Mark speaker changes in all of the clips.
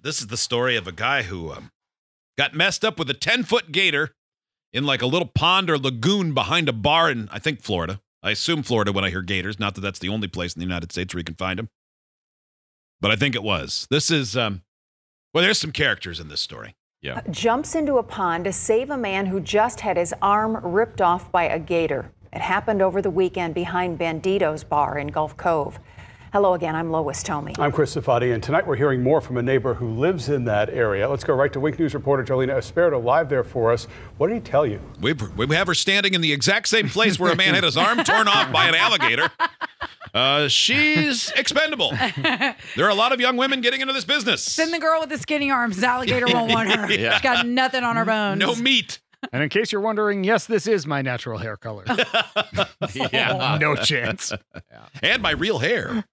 Speaker 1: This is the story of a guy who um, got messed up with a 10 foot gator in like a little pond or lagoon behind a bar in, I think, Florida. I assume Florida when I hear gators, not that that's the only place in the United States where you can find them. But I think it was. This is, um, well, there's some characters in this story.
Speaker 2: Yeah.
Speaker 3: Jumps into a pond to save a man who just had his arm ripped off by a gator. It happened over the weekend behind Bandito's bar in Gulf Cove. Hello again, I'm Lois Tomey.
Speaker 4: I'm Chris Safadi, and tonight we're hearing more from a neighbor who lives in that area. Let's go right to Wink News reporter Jolena Esperto live there for us. What did he tell you?
Speaker 1: We, we have her standing in the exact same place where a man had his arm torn off by an alligator. Uh, she's expendable. There are a lot of young women getting into this business.
Speaker 5: Then the girl with the skinny arms, the alligator won't want her. She's got nothing on her bones.
Speaker 1: No meat.
Speaker 6: And in case you're wondering, yes, this is my natural hair color.
Speaker 1: Yeah.
Speaker 6: no chance.
Speaker 1: And my real hair.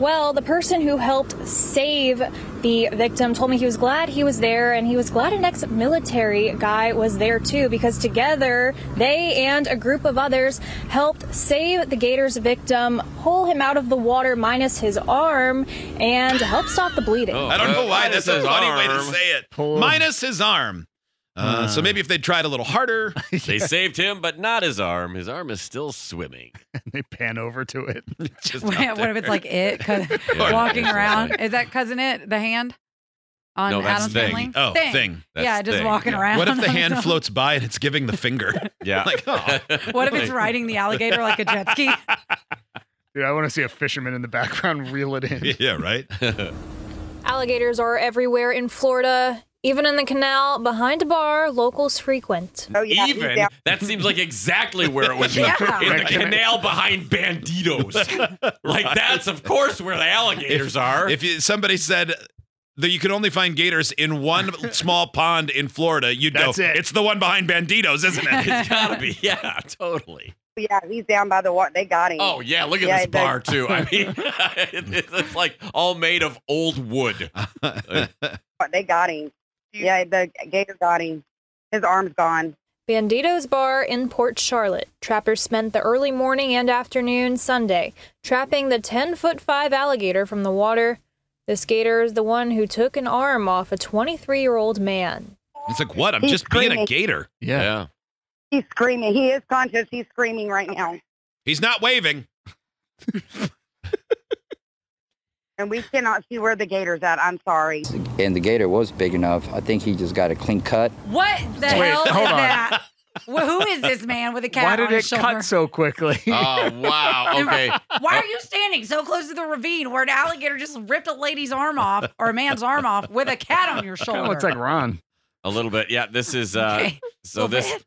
Speaker 7: Well, the person who helped save the victim told me he was glad he was there and he was glad an ex military guy was there too because together they and a group of others helped save the Gators victim, pull him out of the water minus his arm, and help stop the bleeding.
Speaker 1: I don't know why
Speaker 2: Minus
Speaker 1: that's a
Speaker 2: his
Speaker 1: funny way to
Speaker 2: arm.
Speaker 1: say it.
Speaker 6: Poor-
Speaker 1: Minus his arm. Uh, so maybe if they tried a little harder,
Speaker 2: They saved him, but not his arm. His arm is still swimming.
Speaker 6: they pan over to it.
Speaker 1: just out
Speaker 5: what if it's like it cou-
Speaker 2: Yeah,
Speaker 5: walking
Speaker 2: it's
Speaker 5: around?
Speaker 2: like-
Speaker 5: Is that cousin it? The hand on
Speaker 2: No, that's
Speaker 5: Adam's
Speaker 2: thing.
Speaker 5: family?
Speaker 1: Oh, thing.
Speaker 5: yeah,
Speaker 2: That's
Speaker 5: just
Speaker 2: thing,
Speaker 5: walking
Speaker 2: yeah.
Speaker 5: around.
Speaker 1: What if the
Speaker 5: on
Speaker 1: hand
Speaker 5: some-
Speaker 1: floats by and it's giving the finger?
Speaker 2: Yeah.
Speaker 1: like, oh,
Speaker 5: What if it's riding the alligator like a jet ski?
Speaker 6: Dude, I want to see a fisherman in the background reel it in.
Speaker 1: yeah, right.
Speaker 7: Alligators are everywhere in Florida, even in the canal, behind a bar locals frequent.
Speaker 8: Oh, yeah, he's
Speaker 2: Even
Speaker 8: down.
Speaker 2: that seems like exactly where it would be
Speaker 5: Yeah.
Speaker 2: in the canal behind banditos. like that's of course where the alligators are.
Speaker 1: If you, somebody said that you can only find gators in one small pond in Florida, you'd
Speaker 6: That's
Speaker 1: go,
Speaker 6: it.
Speaker 1: it's the one behind Banditos, isn't it?
Speaker 2: it's gotta be, yeah, totally.
Speaker 8: oh, Yeah, he's down by the water. They got him.
Speaker 2: Oh yeah, look at
Speaker 8: Yeah,
Speaker 2: this
Speaker 8: it does.
Speaker 2: bar too. I mean, it's it's like all made of old wood.
Speaker 8: They got him. Yeah, the gator got him. His arm's gone.
Speaker 7: Bandito's Bar in Port Charlotte. Trappers spent the early morning and afternoon Sunday trapping the 10 foot 5 alligator from the water. This gator is the one who took an arm off a 23 year old man.
Speaker 1: it's like, what? I'm
Speaker 8: He's
Speaker 1: just being a
Speaker 8: screaming.
Speaker 1: gator.
Speaker 6: Yeah.
Speaker 8: He's screaming. He is conscious. He's screaming right now.
Speaker 1: He's not waving.
Speaker 8: And we cannot see where the gator's at. I'm sorry.
Speaker 9: and the gator was big enough. I think he just got a clean cut.
Speaker 5: What the hell is
Speaker 6: hold on.
Speaker 5: that? Wh- Who is this man with a cat
Speaker 6: Why did
Speaker 5: on his
Speaker 6: it
Speaker 5: shoulder?
Speaker 6: cut so quickly?
Speaker 2: Oh wow. Okay.
Speaker 5: Why are you standing so close to the ravine where an alligator just ripped a lady's arm off or a man's arm off with a cat on your shoulder?
Speaker 6: Kinda looks Oh, like Ron.
Speaker 2: A little bit. Yeah. This is uh
Speaker 5: Okay.
Speaker 2: so this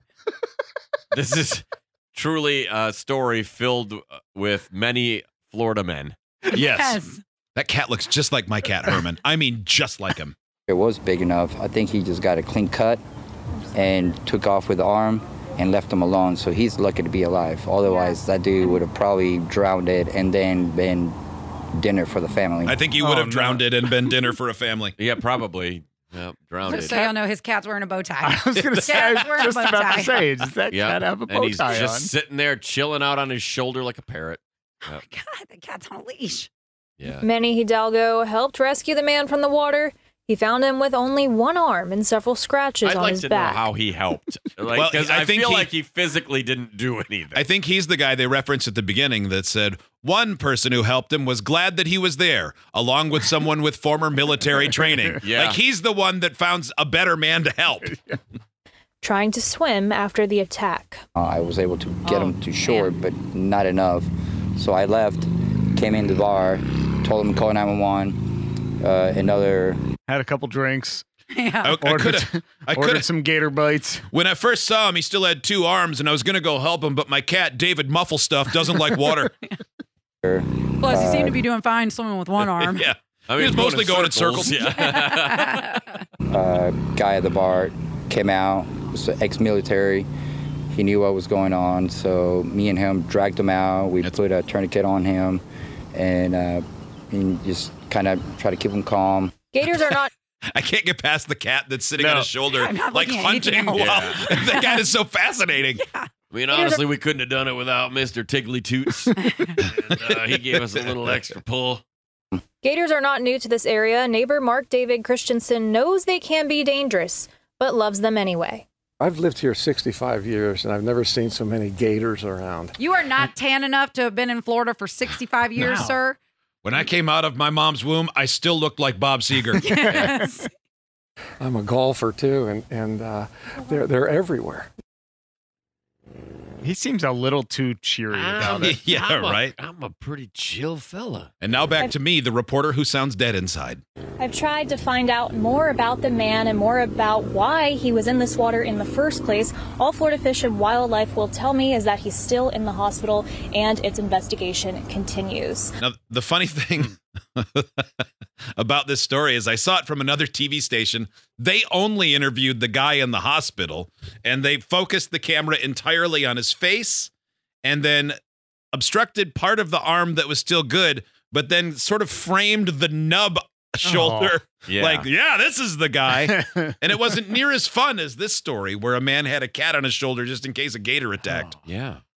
Speaker 2: this is truly a story filled uh, with many Florida men.
Speaker 1: Yes.
Speaker 5: Yes.
Speaker 1: That cat looks just like my cat, Herman. I mean, just like him.
Speaker 9: It was big enough. I think he just got a clean cut and took off with the arm and left him alone. So he's lucky to be alive. Otherwise, that dude would have probably drowned it and then been dinner for the family.
Speaker 1: I think he would
Speaker 6: Oh,
Speaker 1: have
Speaker 6: no.
Speaker 1: drowned it and been dinner for a family.
Speaker 2: Yeah, probably. Yeah, drowned
Speaker 5: Just
Speaker 2: it.
Speaker 5: so y'all know, his cat's wearing a bow tie.
Speaker 6: I was going to say, I
Speaker 5: Cats wear a
Speaker 6: was just
Speaker 5: bow
Speaker 6: about
Speaker 5: tie.
Speaker 6: to say, does that
Speaker 2: Yeah.
Speaker 6: cat have a
Speaker 10: oh,
Speaker 2: and
Speaker 6: bow
Speaker 2: he's
Speaker 6: tie
Speaker 2: just
Speaker 6: on?
Speaker 2: sitting there chilling out on his shoulder like a parrot.
Speaker 5: God, the cat's on a leash.
Speaker 2: Yeah.
Speaker 7: Manny Hidalgo helped rescue the man from the water. He found him with only one arm and several scratches
Speaker 2: I'd
Speaker 7: on
Speaker 2: like
Speaker 7: his
Speaker 2: to
Speaker 7: back.
Speaker 2: know how he helped. Like,
Speaker 1: Well,
Speaker 2: 'cause
Speaker 1: I
Speaker 2: I,
Speaker 1: think
Speaker 2: feel
Speaker 1: he-
Speaker 2: like he physically didn't do anything.
Speaker 1: I think he's the guy they referenced at the beginning that said one person who helped him was glad that he was there, along with someone with former military training.
Speaker 2: Yeah.
Speaker 1: Like he's the one that found a better man to help.
Speaker 7: trying to swim after the attack.
Speaker 9: Uh, I was able to get
Speaker 5: Oh,
Speaker 9: him to shore, but not enough. So I left, came into the bar, told him to call 911. Uh, another
Speaker 6: Had a couple drinks,
Speaker 5: Yeah.
Speaker 1: I, I could
Speaker 6: ordered,
Speaker 1: have. I could
Speaker 6: ordered
Speaker 1: have.
Speaker 6: some gator bites.
Speaker 1: When I first saw him, he still had two arms, and I was gonna go help him, but my cat David Muffle Stuff doesn't like water.
Speaker 5: Plus, he seemed to be
Speaker 9: uh,
Speaker 5: doing fine swimming with one arm.
Speaker 1: yeah,
Speaker 2: I
Speaker 1: he was mostly going in circles.
Speaker 2: Yeah.
Speaker 9: uh, guy at the bar came out, was ex-military. He knew what was going on, so me and him dragged him out. We put a tourniquet on him, and, uh, and just kind of try to keep him calm.
Speaker 7: Gators are not
Speaker 1: I can't get past the cat that's sitting on
Speaker 2: No.
Speaker 1: his shoulder,
Speaker 5: I'm not
Speaker 1: like
Speaker 5: looking at anything
Speaker 1: hunting. While,
Speaker 5: else.
Speaker 1: that cat is so fascinating.
Speaker 2: I mean, honestly, we couldn't have done it without Mr. Tiggly Toots. and, uh, he gave us a little extra pull.
Speaker 7: Gators are not new to this area. Neighbor Mark David Christensen knows they can be dangerous, but loves them anyway.
Speaker 11: I've lived here 65 years and I've never seen so many gators around.
Speaker 5: You are not tan enough to have been in Florida for 65 years,
Speaker 1: No.
Speaker 5: sir.
Speaker 1: When I came out of my mom's womb, I still looked like Bob Seger.
Speaker 5: Yes.
Speaker 11: I'm a golfer too, and, and uh, they're, they're everywhere.
Speaker 6: He seems a little too cheery
Speaker 2: Ah.
Speaker 6: about it.
Speaker 1: Yeah,
Speaker 10: I'm a-
Speaker 1: right.
Speaker 10: I'm a pretty chill fella.
Speaker 1: and now back to me, the reporter who sounds dead inside.
Speaker 7: I've tried to find out more about the man and more about why he was in this water in the first place. All Florida Fish and Wildlife will tell me is that he's still in the hospital and its investigation continues.
Speaker 1: Now, the funny thing about this story is I saw it from another TV station. They only interviewed the guy in the hospital and they focused the camera entirely on his face and then obstructed part of the arm that was still good, but then sort of framed the nub shoulder.
Speaker 2: Yeah.
Speaker 1: Like, yeah, this is the guy. and it wasn't near as fun as this story where a man had a cat on his shoulder just in case a gator attacked.
Speaker 10: Yeah.